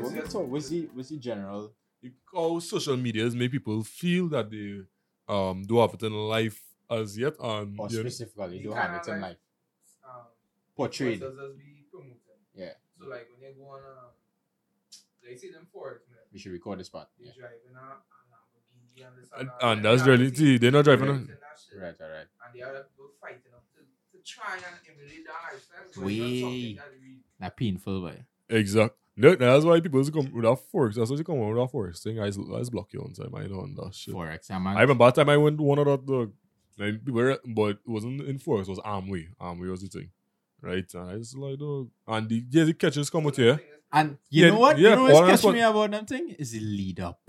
was he was he general? Because social medias make people feel that they um don't have it in life as yet, and Or you know, specifically, He don't kinda have it in like- life. um, Portrayed. processes be promoted. Yeah. So like when you go on, um, they see them for it, man. We should record this part. They Yeah. driving a, a Lamborghini and this and, that. and Like, that's they have really to see, they're not driving. influence on- and that shit. Right, all right. And the other people fighting up to, to try and emulate that lifestyle. So Wee. it's not something that we- That painful boy. Exact. No, that's why people used to come with that forks. That's why they come with that forks. Thing I just, I just block you on time. I know on that shit. Forex. I'm a- I remember that time I went to one of that the like, people were- but it wasn't in forks. It was Amway. Amway was the thing, right? And I just like dog. And the yeah, the catches come with here. And you Yeah, know what? yeah, you know what's Forex catching was- me about them thing is the lead up.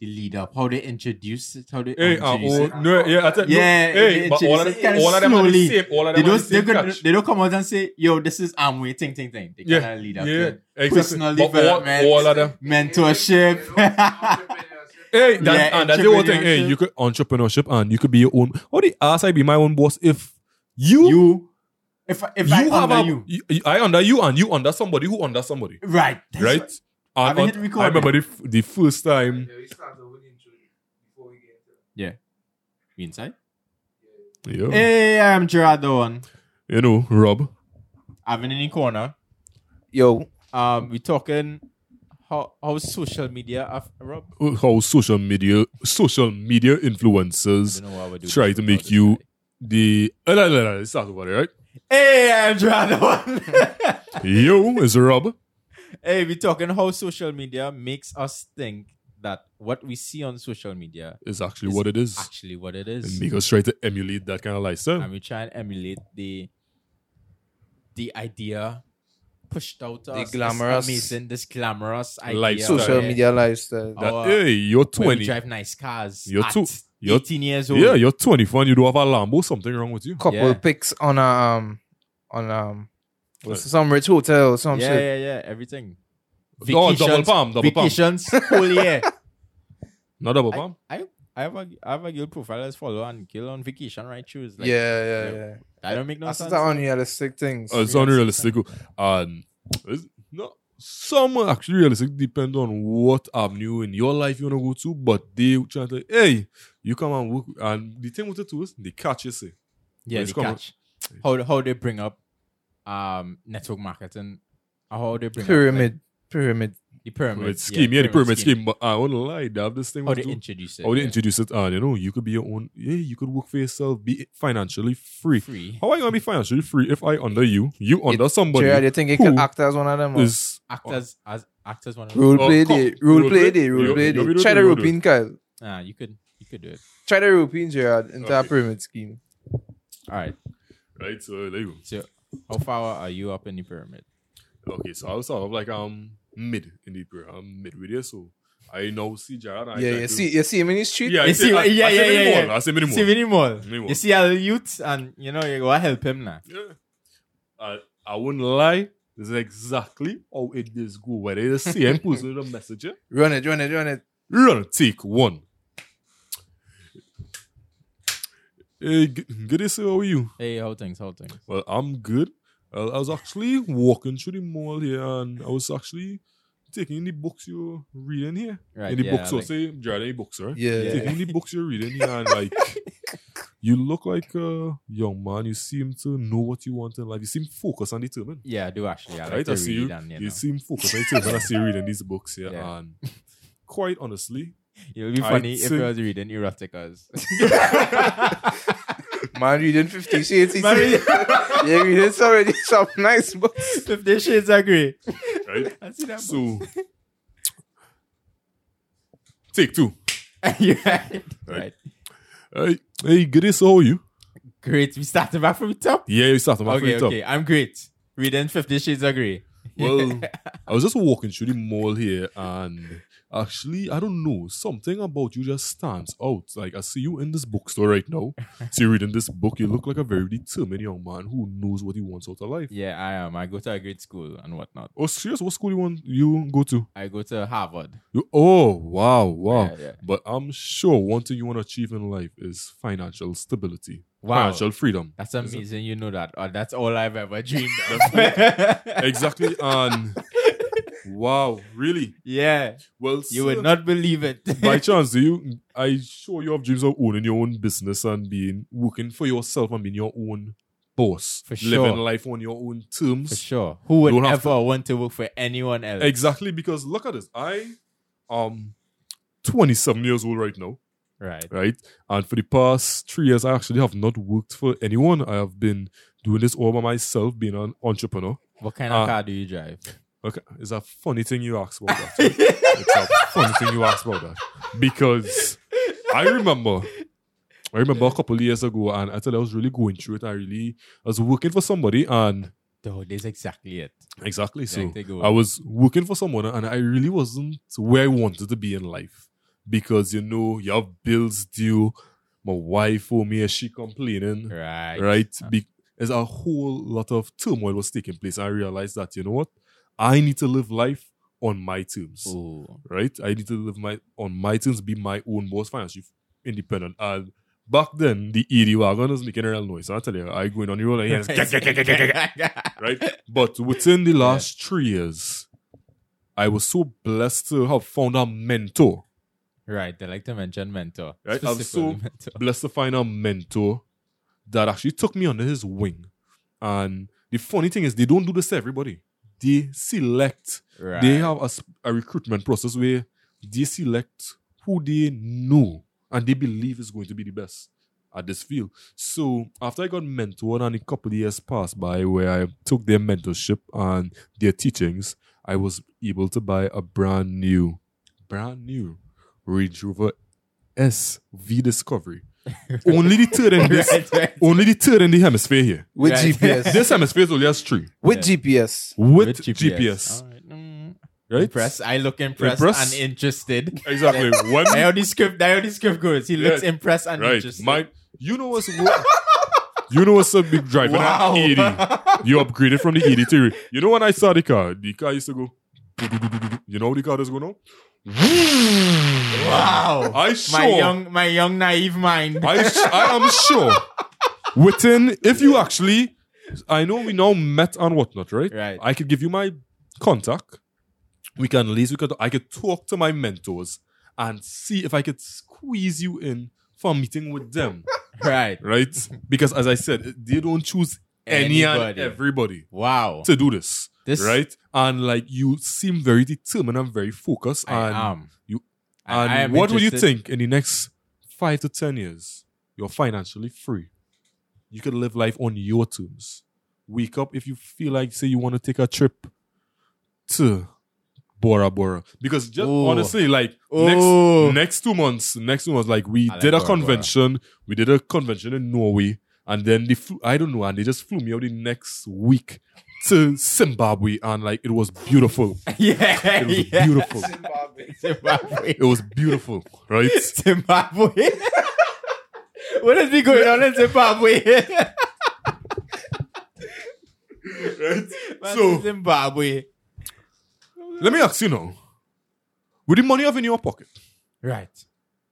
The lead up. How they introduce it. How they Hey, uh, introduce oh, it. no, yeah, I said, no, hey, Yeah, they but all of introduce it them, kinda all of them are the slowly. same. All of They them are don't, the they, same could, catch. they don't come out and say, yo, this is Amway, ting, ting, ting. They Yeah, kind of lead up Yeah, to it. exactly. Personal But all, development. all of them. Mentorship. You know, entrepreneurship. Hey, that, Yeah, and that's the whole thing. Hey, entrepreneurship. you could entrepreneurship and you could be your own. How the ass I be my own boss if you You, if, if I you have under a you. y- I under you and you under somebody who under somebody, Right. That's right? what- And- I've been and hit record, I remember the, f- the first time. Yeah, we start the whole intro before we get into it. You inside? Yeah. Yeah. Hey, I'm Gerard Doan. You know, Rob. I've been in the corner. Yo. Um, we talking how, how social media, af- Rob? How social media social media influencers know what we're doing. try to make you the uh, no, no, no, let's talk about it, right? Hey, I'm Gerard Doan. Yo is Rob. hey, we talking how social media makes us think that what we see on social media Is actually It's what it is. actually what it And is. make us try to emulate that kind of lifestyle. And we try and emulate the the idea pushed out to The us, this glamorous- amazing, this glamorous idea. Like of social where- media lifestyle. that, our- hey, you're where we twenty. drive nice cars. You're at too- you're- 18 years old. Yeah, you're twenty four and you do have a Lambo, something wrong with you. Couple Yeah. pics on a um on um What? some rich hotel or some yeah, Oh, shit. yeah, yeah, everything. Oh, double palm, double palm. vacations whole year. Not double palm. I have a I have a girl profile that's follow and girl on vacation, right? Shoes. Like, yeah, yeah, yeah. yeah. That don't make no That's sense. the unrealistic things. Uh, it's Yes, unrealistic. And it's not some are actually realistic depend on what avenue in your life you wanna go to, but they try to hey, you come and work and the thing with it too is they catch you say. yeah, Let's the come on. catch. How how they bring up um network marketing, uh, how they bring up, pyramid, pyramid. like, the pyramid Pyramid scheme, yeah, the pyramid scheme. But I won't lie, they have this thing How with they too. introduce it? How they yeah. introduce it and you know, you could be your own yeah, you could work for yourself, be financially free. free How are you gonna be financially free if I under you, you under somebody Gerard, you think you could who act as one of them? or- is actors as actors one of Role Oh, play come. day, role Role play play? day, You- role play you day. will do Try it, the you will do rope in, Kyle. Ah, you could you could do it. Try the rope in, Gerard, into a Okay. pyramid scheme. All right. right, so there you go. So how far are you up in the pyramid? Okay, so I was sort of like um mid in the period. I'm midway there, so I now see Jared. I yeah, try yeah. to- See, you see him in the street. yeah, I You say- see- I- yeah, I say yeah, yeah, minimal, yeah. I say minimal. See minimal. Minimal. You see our youth and you know you go help him now. Yeah. I, I wouldn't lie. This is exactly how it is go. Whether it's the same person with a message, yeah? Run it, run it, run it. run take one. Hey, g- good to see how are you? Hey, how things? How things? Well, I'm good. Uh, I was actually walking through the mall here, and I was actually taking the books you're reading here. Right. in the yeah, books, so like- say Jared, any books, right? Yeah, Yeah. Taking the books you're reading here and uh, like you look like a young man. You seem to know what you want in life. You seem focused and determined. yeah, I do actually. I like Right, to I see read and you, You know. seem focused and determined. I see you reading these books here Yeah. and quite honestly, It would be I funny if think- I was reading eroticas. Man reading Fifty Shades. He Man said- yeah, reading some already some nice books. Fifty Shades are great. right? I see that. so take two. You're right. Right. right. Hey, hey, good day, so how are you? Great. We started back from the top. Yeah, you started my okay, friend up. okay. I'm great. Reading Fifty Shades are great. Well, I was just walking through the mall here, and actually, I don't know, something about you just stands out. Like, I see you in this bookstore right now. See you reading this book. You look like a very determined young man who knows what he wants out of life. yeah, I am. I go to a great school and whatnot. Oh, serious? What school you want you go to? I go to Harvard. You, oh, wow, wow. Yeah, yeah. But I'm sure one thing you want to achieve in life is financial stability, Wow. financial freedom. That's Is it- amazing. You know that. Oh, that's all I've ever dreamed of. Exactly. And Wow, really? Yeah, Well, you would sir, not believe it. By chance, do you? I sure you have dreams of owning your own business and being working for yourself and being your own boss, For living sure. life on your own For terms. sure. Who would Don't have ever want to work for anyone else? Exactly, because look at this. I um 27 years old right now, Right. right? And for the past three years, I actually have not worked for anyone. I have been doing this all by myself, being an entrepreneur. What kind of Uh, car do you drive? Okay, it's a funny thing you ask about that. it's a funny thing you ask about that because I remember, I remember a couple of years ago, and I thought I was really going through it. I really I was working for somebody, and Though that's exactly it. exactly so Like, they go- I was working for someone, and I really wasn't where I wanted to be in life because you know you have bills due. My wife owe me, she complaining Right. right? Uh, Be- there's a whole lot of turmoil was taking place. I realized that you know what, I need to live life on my terms, Ooh. right? I need to live my on my terms, be my own boss, financially independent. And back then, the ED wagon was making a real noise. I tell you, I going on the road, and yes, right? But within the last three years, I was so blessed to have found a mentor. Right. They like to mention mentor. Right, I'm Specifically so- mentor. blessed to find a mentor that actually took me under his wing. And the funny thing is, they don't do this to everybody. They select. Right. They have a, s- a recruitment process where they select who they know and they believe is going to be the best at this field. So after I got mentored and a couple of years passed by where I took their mentorship and their teachings, I was able to buy a brand new, brand new Range Rover SV Discovery. only the third in this, right, right. only the third in the hemisphere here. With Right. GPS. This hemisphere is only has three With Yeah. GPS. with, With GPS, Alright, mm. right? Impressed. I look impressed, Impressed? and interested. Exactly. One, I how the script. I how the script goes. He looks Yeah. impressed and right? interested. My, you know what's you know what's a big drive wow. an ED. You upgraded from the ED to re- you know when I saw the car, the car used to go. You know how the car is going on. wow. I sure. My young, my young naive mind. I, s- I am sure. Within, if you actually, I know we now met and whatnot, right? Right. I could give you my contact. We can at least we could. I could talk to my mentors and see if I could squeeze you in for a meeting with them, right. right? Because as I said, they don't choose any and Anybody. everybody Wow. to do this, this right? And like you seem very determined and very focused. and I am. you- I- and I am what would you interested- think in the next five to ten years? You're financially free. You could live life on your terms. Wake up if you feel like, say, you want to take a trip to Bora Bora. Because just Ooh. honestly, like Ooh. next next two months, next two months, like we I like did a Bora Bora. convention. We did a convention in Norway, and then they flew, I don't know, and they just flew me out the next week to Zimbabwe, and like it was beautiful. yeah. It was yeah. beautiful. Zimbabwe. Zimbabwe. It was beautiful, right? Zimbabwe. what is be going on in Zimbabwe? right? Man, So- Zimbabwe. Let me ask you now. With the money you have in your pocket, Right.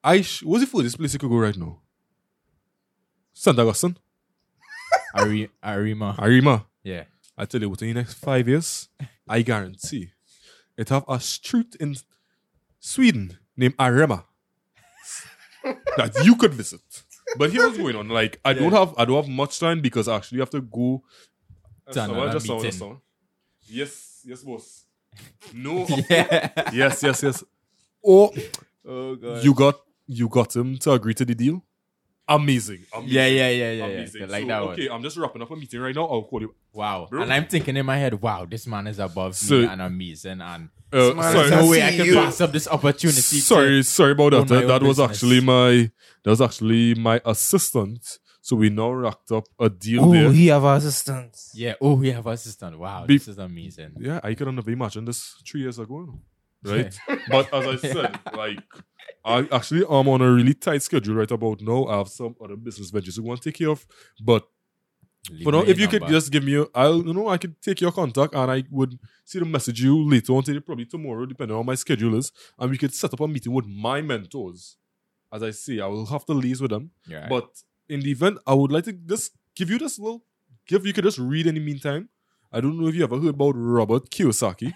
I sh- what's the furthest place you could go right now? St. Augustine, Ari- Arima. Arima. Yeah. I tell you, within the next five years, I guarantee it have a street in Sweden named Arima that you could visit. But here's what's going on. Like I don't Yeah. have I don't have much time because I actually have to go. To another Just someone, just meeting. someone. Yes, yes, boss. No, of- Yeah. yes, yes, yes. Or Oh god. You got you got him to agree to the deal. Amazing. amazing. Yeah, yeah, yeah, yeah, yeah. Amazing. Like So, that okay, one. I'm just wrapping up a meeting right now. I'll call you. Wow. Bro. And I'm thinking in my head, wow, this man is above me So- and amazing, and Uh, Man, sorry, it's there's no I way I see can you. pass up this opportunity. to- sorry, sorry about own that. my That, that own was business. actually my that was actually my assistant. So we now racked up a deal Oh, there. he have assistants. Yeah. Oh, we have assistant. Wow, Be- this is amazing. yeah, I couldn't have imagined this three years ago, right? but as I said, like I actually I'm on a really tight schedule right about now. I have some other business ventures to go and take care of, but Leave But no, me if you number. could just give me, your- I'll you know I could take your contact and I would see to message you later on today, probably tomorrow, depending on my schedule is, and we could set up a meeting with my mentors. As I say, I will have to liaise with them. Yeah. But in the event, I would like to just give you this little give you could just read in the meantime, I don't know if you ever heard about Robert Kiyosaki.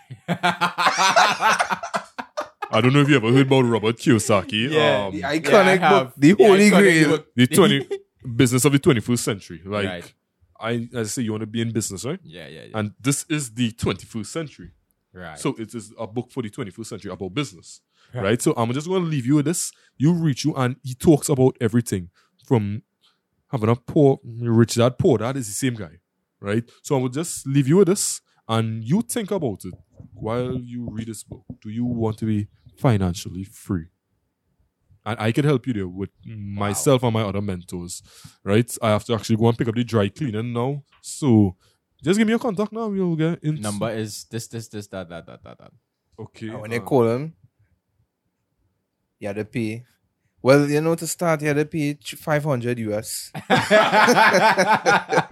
I don't know if you ever heard about Robert Kiyosaki. Yeah, um, The I iconic book, have. the Yeah, Holy iconic Grail. book. the 20 business of the 21st century. Like Right. I, as I say, you want to be in business, right? Yeah, yeah, yeah. And this is the 21st century. right. So it is a book for the 21st century about business, Right. right? So I'm just going to leave you with this. You reach you, and he talks about everything from having a poor, rich dad, poor dad is the same guy, right? So I will just leave you with this, and you think about it while you read this book. Do you want to be financially free? And I can help you there with myself and my other mentors, right? I have to actually go and pick up the dry cleaning now. So just give me your contact now. We'll get in number is this, this, this, that, that, that, that, that. Okay. And Oh, when they uh, call him, you had to pay. Well, you know, to start, you had to pay ch- 500 US.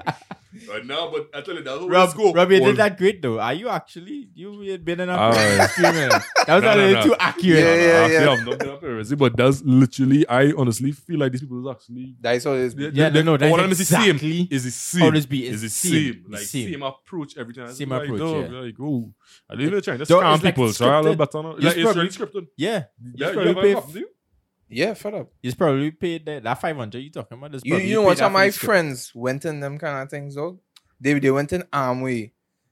Right now, but I tell you, that's Rob, go. Rob, you Well, did that great though. Are you actually you had been in a All right. experiment? That was No, no, a little no. too accurate. Yeah, yeah. actually, I'm not that embarrassed, but that's literally. I honestly feel like these people is actually. That's all it's they- Yeah, they- no, no, they- that's what I'm saying is the exactly same. Is the same. Always be is the same. Like same. approach every time. Same like, approach, dog, yeah. Like oh, I live in a China. Dog, Scam it's like people. Try a little scripted. better. now. It's Like, it's probably- really scripted. Yeah, Yeah, you you probably ever paid. have them? Yeah, fed up. You probably paid that, that five hundred. You talking about this? You, you know what? some of my friends went in them kind of things, though. They, they went in Amway.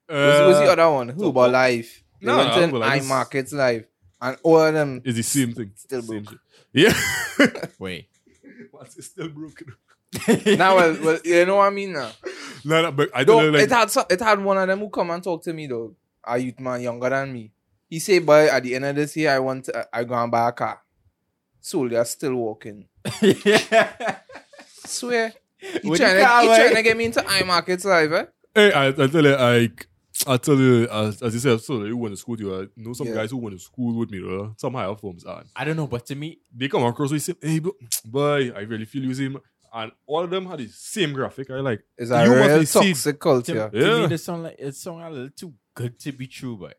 Who's, who's the other one? Who about Life? They Uh, Nah, went in Huber Life is- iMarkets Life. And all of them. It's the same thing. Still Same broke. shit. Yeah. Wait. But it's still broken. now, well, well, you know what I mean now? No, no, but I don't Though, know. Like, it had some, it had one of them who come and talk to me though. A youth man younger than me. He say, "Boy, at the end of this year, I want to, I go and buy a car." So they are still walking. yeah. Swear. He trying, to, With the car, he boy. trying to get me into iMarkets live, eh? Hey, I, I tell you, like, I tell you, as, as you said, so you went to school, you I know some Yeah. guys who went to school with me, uh, some higher forms, and I don't know, but to me, they come across with say, hey, but, boy, I really feel you, same. And all of them had the same graphic. I like, It's a You must real be see- toxic to, culture. to me, Yeah. this sound like it sound a little too good to be true, boy.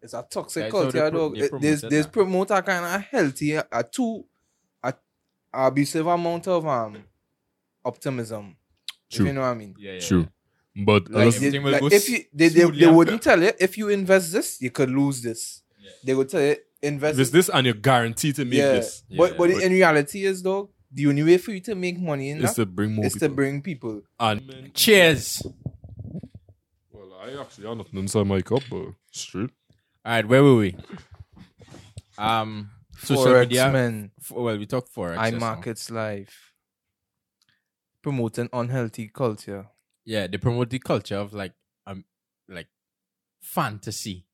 It's a toxic That's how they culture, pro- dog. they It- There's promoted there's that. promoter kind of healthy, a too a, a abusive amount of um optimism. True. If you know what I mean. Yeah, yeah. true. But Like, that's- Everything they- will like, go if you they, they, smoothly they after. wouldn't tell you if you invest this, you could lose this. Yeah. They would tell you invest this, this, and you're guaranteed to make yeah. this. But Yeah. but But- in reality is though, the only way for you to make money in It's that to bring more is to people. bring people. and, Um, Cheers. well, I actually have nothing inside my cup, but straight. All right, where were we? Um, social Forex media. men, F- well, we talked forex. I just now. markets life. Promoting unhealthy culture. Yeah, they promote the culture of like um, like fantasy,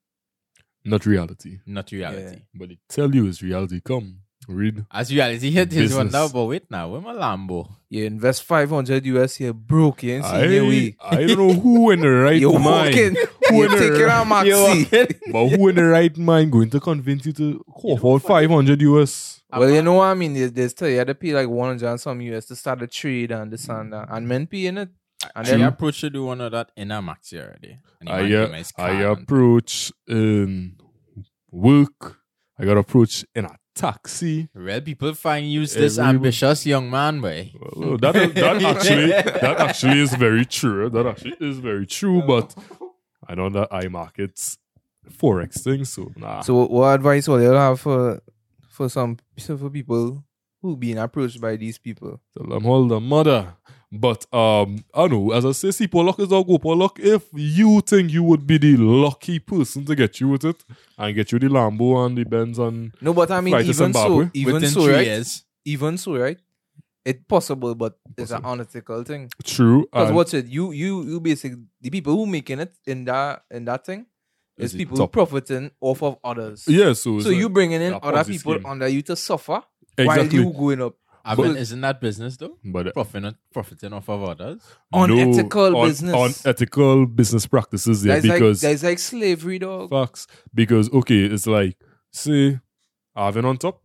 Not reality. not reality. But they tell you it's reality. Come, read. As reality hit is one Business. now, but wait now, we're my Lambo. You invest five hundred US here, broke. You ain't seen your I, way. I don't know who in the right You're mind. walking. Who You're in the taking a maxi. But who in the right mind going to convince you to cough out 500 US? Well, you know what I mean. There's, there's still you had to pay like one hundred and some US to start a trade and this Mm. and that, and men paying it. And I then approach to do one of that inner max here already. And he I, might uh, give me his I card and- approach in work. I got approached in a taxi. Well, people find you this Everyone- ambitious young man, boy. Well, that, is- that actually that actually is very true. That actually is very true. But I know that I markets forex thing, so nah. So what advice will you have for for some for people who being approached by these people? Tell them hold the mother. But um, I know, as I say, see, Pollock is our go. Pollock, if you think you would be the lucky person to get you with it and get you the Lambo and the Benz and No, but I mean Flight to even so Zimbabwe. even Within so, three right? years. Even so, right? It's possible, but it's an unethical thing. true. Because and what's it? You you you basically the people who making it in that in that thing is Is it people top? profiting off of others. Yeah, so it's So like- you bringing in a other Ponzi people scheme. under you to suffer exactly, while you going up. I But- mean, isn't that business though? but Profiting, profiting off of others. unethical on- business. unethical business practices there That's like because that's like slavery, dog. facts because okay, it's like see, Arvin on top,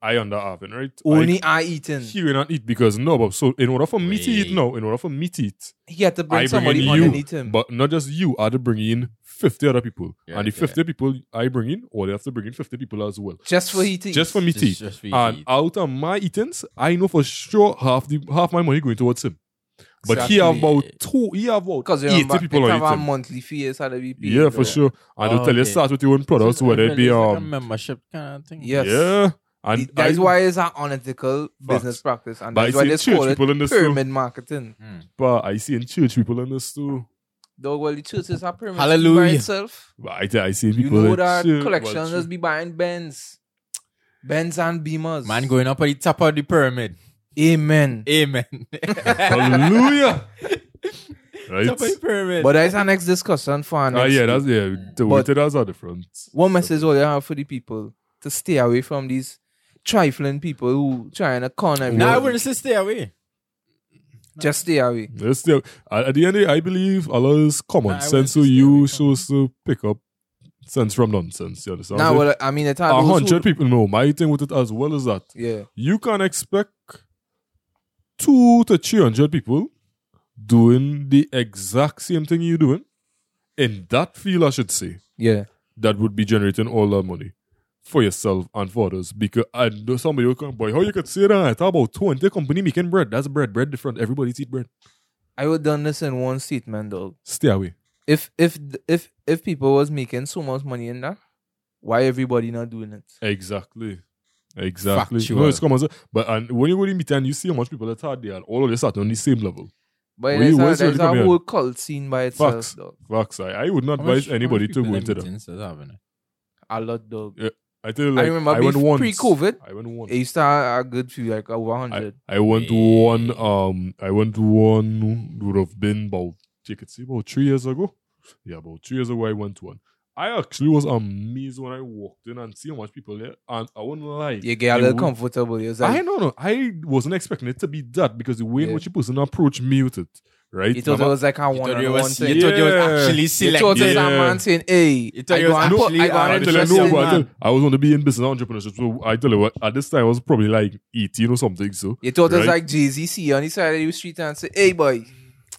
I under Arvin, right? Only I, I eating. he will not eat because no, but so in order for me to eat Wait. no, in order for me to eat, He had to I bring bring somebody in you, underneath him. But not just you, I had to bring in 50 other people. Yeah, and the yeah. 50 people I bring in, or they have to bring in 50 people as well. just for he to eat. Just for me to Just- eat. just for you to And uh, eat. out of my eatings, I know for sure half the half my money going towards him. But he have Exactly. about two, he have about Because 80 remember, people it on have a it. monthly fee has had to be paid. Yeah, for though. sure. And they'll tell you Okay. start with your own products, whether it be It's like a um, membership kind of thing. Yes. yeah. And It- That's I- why it's an unethical business Facts. practice, and But that's I why see they church call it people in this too. pyramid marketing. Hmm. But I see in church people in this too. Though, well, the church is a pyramid by Hallelujah. itself. But I, I see You people know in that church, collections but just be buying Benz, Benz and Beamers. Man going up at the top of the pyramid. Amen. Amen. Hallelujah. top of the right? pyramid. But uh, that's our next discussion for our Ah, next yeah, week. that's yeah. The But- waiter that's a different. What message will you have for the people to stay away from these trifling people who trying to con everyone? now I wouldn't say stay away. Just stay away. That's the- at at the end, of the day, I believe Allah's common Nah, I wouldn't sense. So say stay you away supposed to pick up sense from nonsense. You understand? Now, well, I mean, it had a those who- hundred people know my thing with it as well as that. Yeah, You can expect two to three hundred people doing the exact same thing you're doing in that field, I should say. yeah. that would be generating all that money for yourself and for others. Because I know somebody will come, boy, how you could say that? I talk about 20 company making bread. That's bread, bread different. Everybody's eat bread. I would done this in one statement, dog. Stay away. If if if if people was making so much money in that, why everybody not doing it? Exactly. Exactly. No, Factual. it's common. sense. But and when you go to meet and you see how much people are tired there and all of this are on the same level. But Well, you there's a, was there's really a coming whole cult scene by itself, Facts. dog. Facts. I, I would not How advise much- how much anybody to people go them into them. meetings does that happen? A lot, dog. Yeah, I tell you, like, I remember went bef- once. pre-COVID, I went It once. used to have a good few, like over I, hundred. I went to one. Um, I went to one would have been about you could say about three years ago. Yeah, about three years ago I went to one. I actually was amazed when I walked in and see how much people there, and I wouldn't lie. You get a the little way- comfortable. It's I like, don't know. I wasn't expecting it to be that because the way in Yeah. which you person approach me with it, right? you thought it I'm- was like a You one thought you on one was thing. you thought you was Yeah. actually You thought selected. it's a Yeah. man saying, "Hey, You thought I you was go and put- actually I go and a I tell you, dress interested no, in but I, tell man. you, I was going to be in business entrepreneurship. So I tell you what, at this time I was probably like 18 or something. So You thought it was Right. like Jay Z see you on the side of the street and say, "Hey boy,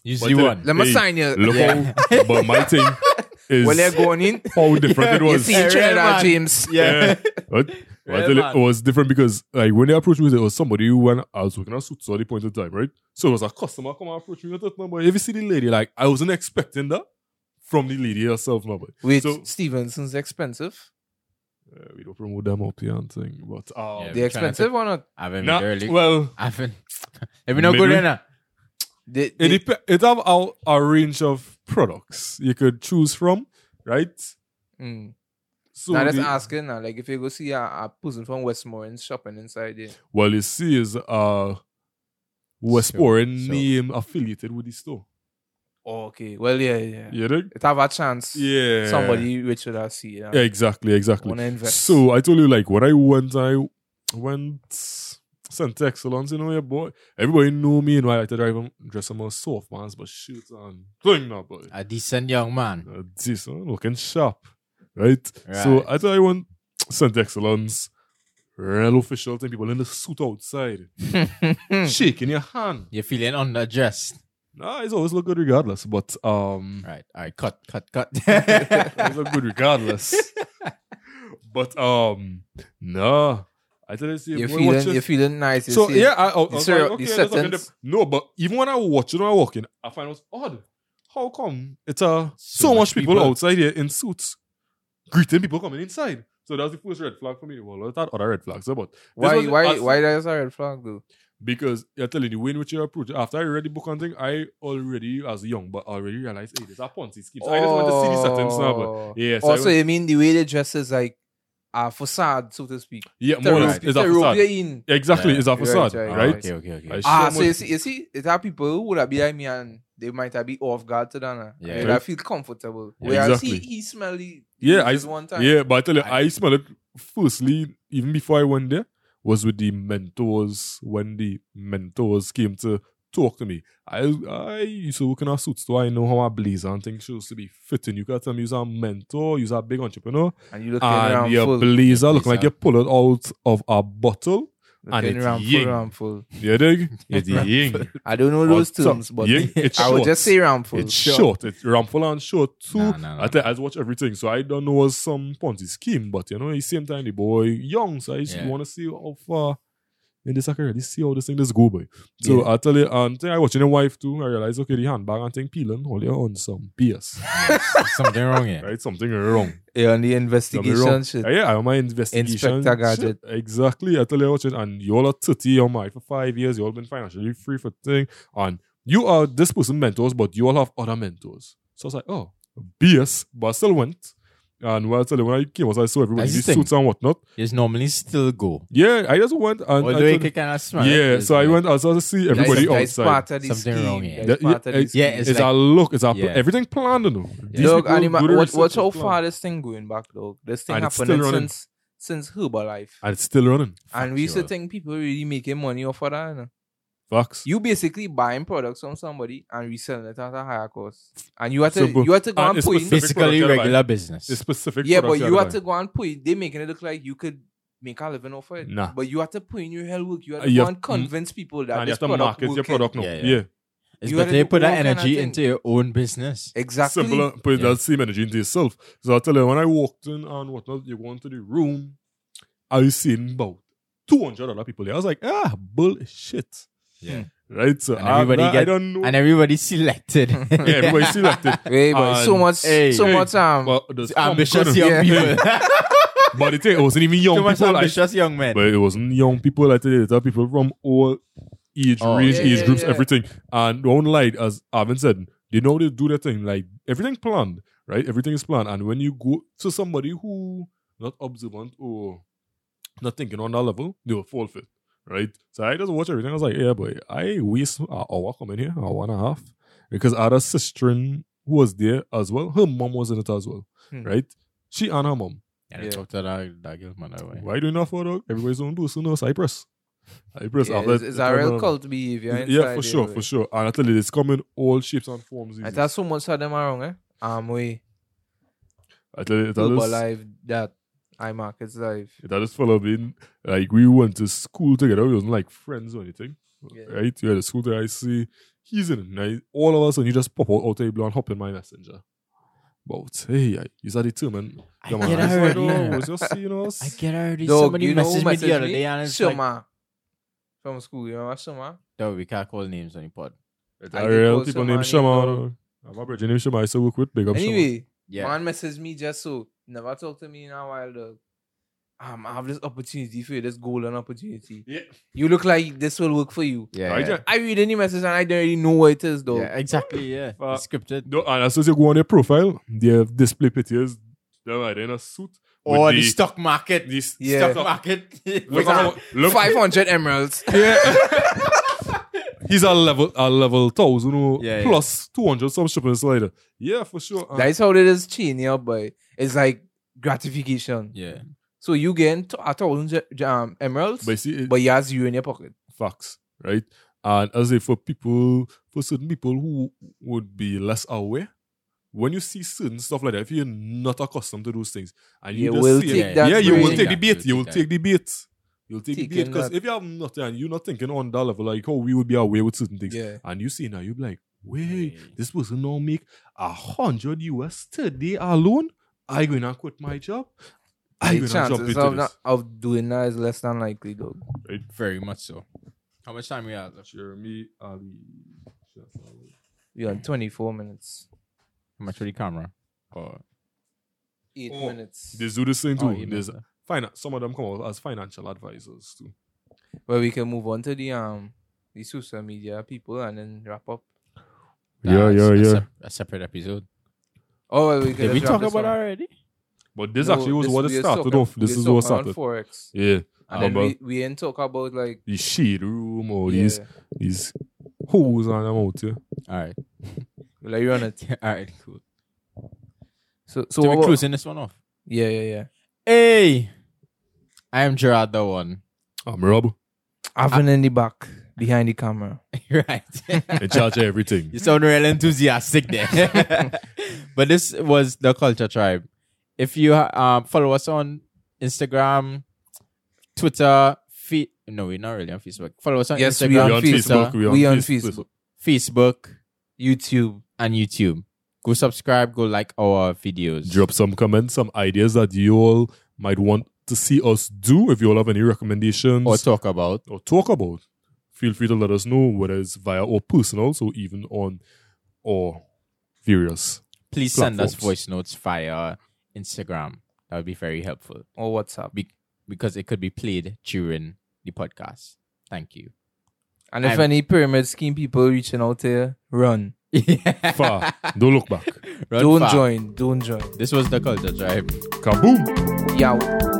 You But see I tell you, one. let me Hey, sign you." look how, but my thing is When they're going in, how different it you was. see Yeah, Trinidad man. James. Yeah. But Yeah, I tell you, man. it Oh. was different because like when they approached me, there was somebody who went I was working on suits at the point of time, right? So it was a customer come and approach me with that number. If you see the lady, like I wasn't expecting that from the lady herself, number. Wait, So- Stevenson's expensive. Uh, we don't promote them up here and thing, but um, Yeah, They we tryna expensive or not? I've been nah, early. well, I've been. Have you not good Maybe. enough? They, it they- dep- it have a, a range of products you could choose from, right? Mm. So now that's the- asking now. Like if you go see a, a person from Westmoreland shopping inside there, well, you see is uh Westmoreland so- name affiliated with the store. oh, okay, well yeah, yeah, You know? It have a chance. Yeah. Somebody rich would have see it. Yeah, exactly, exactly. want to invest. So I told you, like, when I went, I went sent to excellence, you know, yeah, boy. Everybody knew me, and I like to drive them, dress them as soft man's, but um, shit, and thing now, boy. A decent young man. Uh, this, uh, looking sharp, right? So Right. I thought I went sent to excellence. Real official thing, people in the suit outside, Hmm. shaking your hand. You're feeling underdressed. Nah, it's always look good regardless, but um, Right. All right. Cut, cut, cut. Those are good regardless. but um, nah. I tell you, see, you're when I watch feeling, it- you're feeling nice. you so see. yeah, I, I, I the was serial- like, okay, the that's not sentence. gonna- no, but even when I watch it, when I walk in, I find it was odd. How come it's uh, so, So much much people, people. outside here in suits greeting people coming inside? So that's the first red flag for me. Well, I thought other red flags, eh, but this why was- why I- why that's a red flag though? Because you're telling the way in which you approach. it. After I read the book and thing, I already as young, but already realized, hey, there's a Ponzi scheme. So I just want to see the settings now, but Oh. yeah. so I Also, went- you mean the way they dress is like a facade, so to speak. yeah, The more or less, robe- it's a the robe facade. you're in. Exactly, Yeah. it's a Right, facade, right, right? right. Okay, okay, okay. I sh- Ah, Someone- so you see, you see, it are people who would have been like me and they might have been off guard to that. nah. Yeah. They would have feel comfortable. Yeah. Whereas Exactly. he, he smelled it Yeah, I- just one time. Yeah, but I tell you, I, I- smell it firstly, even before I went there, was with the mentors when the mentors came to talk to me. I I used to work in a suit store. I know how a blazer and things should to be fitting. You can tell me you're a mentor, you're a big entrepreneur, And you looking and around your full. blazer looking Blazer. like you pull it out of a bottle. and looking it's around full, ying. around full. You dig? It's ying. I don't know those terms, but ying. It's I would short. just say round full. It's short. It's ramful and short too. Nah, nah, nah. I tell, I watch everything, so I don't know was some Ponzi scheme, but you know, at the same time the boy young, so I just Yeah. want to see how far And this I can really see how this thing just go by. So I tell you, and thing I watching the wife too, I realize okay, the handbag and thing peeling all your on some BS. Something wrong here. right? Something wrong. Yeah, on the Something investigation wrong. shit. Uh, yeah, I'm my investigation. Inspector shit. Gadget. Exactly. I tell you what, and you all are 30, you're married for five years, you all been financially free for thing. And you are this person mentors, but you all have other mentors. So I was like, oh, BS, but I still went. And well, I tell you, when I came, I was like, so everybody That's the these thing. suits and whatnot. Just normally still go. Yeah, I just went and I Although it told- can kind of smell. yeah, so I went. I started to see everybody Guys, guys, outside. part of the Something scheme. wrong here. Guys, Yeah, part of the it's- Yeah, scheme. it's, It's, like, a look. It's a Yeah. everything planned, you know. These Dog, people anima- do the what, research watch how plan. far this thing going back, dog. This thing And it's still happening running. since since Herbalife. and it's still running. And we used to sure. think people really making money off of that. You, know? Facts. you basically buying products from somebody and reselling it at a higher cost. And you had to Simple. you had to go And and, it's put in- specific basically product, regular It's business. specific. Yeah, but products you are had buying. to go and put it. They making it look like you could make a living off of it. Nah. But you had to put in your hell work. You had Uh, to you go have- and convince people that and you this have to product market your working. product now. Yeah, Yeah, yeah. It's You better gotta you do put all that kind of energy thing. into your own business. Exactly. simple. uh, Put Yeah. that same energy into yourself. So I tell you, when I walked in and whatnot, you go into the room. I seen about two hundred other people there. I was like, ah, bullshit. Yeah. Right. So And I- everybody I, get- don't know. And everybody selected. yeah, everybody still like that. Wait, but so And- much, Hey. so Hey. much. Um, Well, there's ambitious some- young Yeah. people. But the thing, it wasn't even young Too much people. I ambitious young men. But it wasn't young people. I tell you, it was people from all age Oh, range, yeah, age yeah, groups, yeah. everything. And don't lie, as Arvin said, they know how they do their thing. Like everything planned, right? Everything is planned. And when you go to somebody who not observant or not thinking on that level, they will fall for it, right? So I just watch everything. I was like, yeah, boy, I waste an hour coming here, an hour and a half, because our sister who was there as well, her mom was in it as well, Hmm. right? She and her mom. Yeah, Yeah. talk to that, that girl, man, that way. Why do you not follow everybody's own do sooner? Cyprus. Cyprus. yeah, after it's, it's a real cult behavior. Yeah, inside for there, sure, boy. for sure. And I tell you, it's coming all shapes and forms. I Jesus. thought so much of them are wrong, eh? Um, we I tell you, that Uber is, Live, that iMark, it's live. that is full of in. Like, we went to school together. We wasn't like friends or anything. Yeah. Right? You had a school together. I see he's in it. and I- All of us, and you just pop out, out of the blue and hop in my messenger. But hey, I, is that determined? I Come on, get I was like, already. oh, was just seeing us. I get already. Dog, Somebody you know who messaged me the messaged other day and it's like, Shoma. From school, you remember Shoma? dog, we can't call names on the pod. It's I a did real also people man, named you know. Shama. I'm a brother named Shama. I used to work with Big Up Shama. Anyway, Yeah. man messaged me just so. Never talked to me in a while, dog. Um, I have this opportunity for you, this golden opportunity. Yeah. You look like this will work for you. yeah. Right, yeah. yeah. I read any message and I don't really know what it is, though. Yeah, exactly. Yeah. Fuck. It's scripted. No, and as soon as you go on their profile, they have display pictures. They're right in a suit. with Or the, stock market. the Yeah. Stock market. Look, Wait, how- look, 500 emeralds. he's a level a level thousand or Yeah, yeah. plus two hundred some shipping slider. Yeah, for sure. And That's how it is, chain, yeah, but it's like gratification. yeah. So you getting to- a thousand ge- ge- um, emeralds, but you see, it, but he has you in your pocket. facts, right? And as if for people, for certain people who would be less aware, when you see certain stuff like that, if you're not accustomed to those things, and you, You just will see it, take that yeah, you will break. take the bait. You'll You will take take the bait. You'll take the bait Taking because that. if you have nothing and you're not thinking oh, on that level, like how we would be aware with certain things, Yeah. and you see now, you be like, wait, Wait. this person now make a hundred US today alone. I gonna quit my job. I The gonna jump chances into of, this. not, of doing that is less than likely, though. Very much so. How much time we have left? Jeremy Ali. You're Mm. on 24 minutes, How much for the camera? Or 8 Oh, minutes. They do this thing too. Oh, you There's know. finan- some of them come out as financial advisors too. Where we can move on to the um the social media people and then wrap up. Yeah, That's yeah, a yeah. sep- A separate episode. Oh, well, we can Did we just wrap talk this about one. that already? But this No, actually was what it we are started talking- off. This we is are what talking on started. Forex. Yeah. And then About we, we didn't talk about like the shade room or yeah, these these holes and them out here. All right. like you on it. All right. Cool. So So so what, we're closing this one off. Yeah, yeah, yeah. Hey, I am Gerard the one. I'm Rob. Avin in the back behind the camera. right. In charge of everything. You sound real enthusiastic there. but this was the Culture Tribe. If you uh, follow us on Instagram, Twitter, Fe- no, we're not really on Facebook. Follow us on Yes, we Instagram, We're are on Twitter, Facebook. Facebook. We're We on on Facebook. Facebook. YouTube, and YouTube. Go subscribe. Go like our videos. Drop some comments, some ideas that you all might want to see us do. If you all have any recommendations or talk about. or talk about, feel free to let us know, whether it's via or personal, so even on or various. Please send us Platforms. voice notes via Instagram. That would be very helpful or WhatsApp. be- because it could be played during the podcast. Thank you. And if I'm- any pyramid scheme people reaching out there, run. Far. Don't look back. Run don't far. join. Don't join. This was the culture drive. Kaboom! Yeah.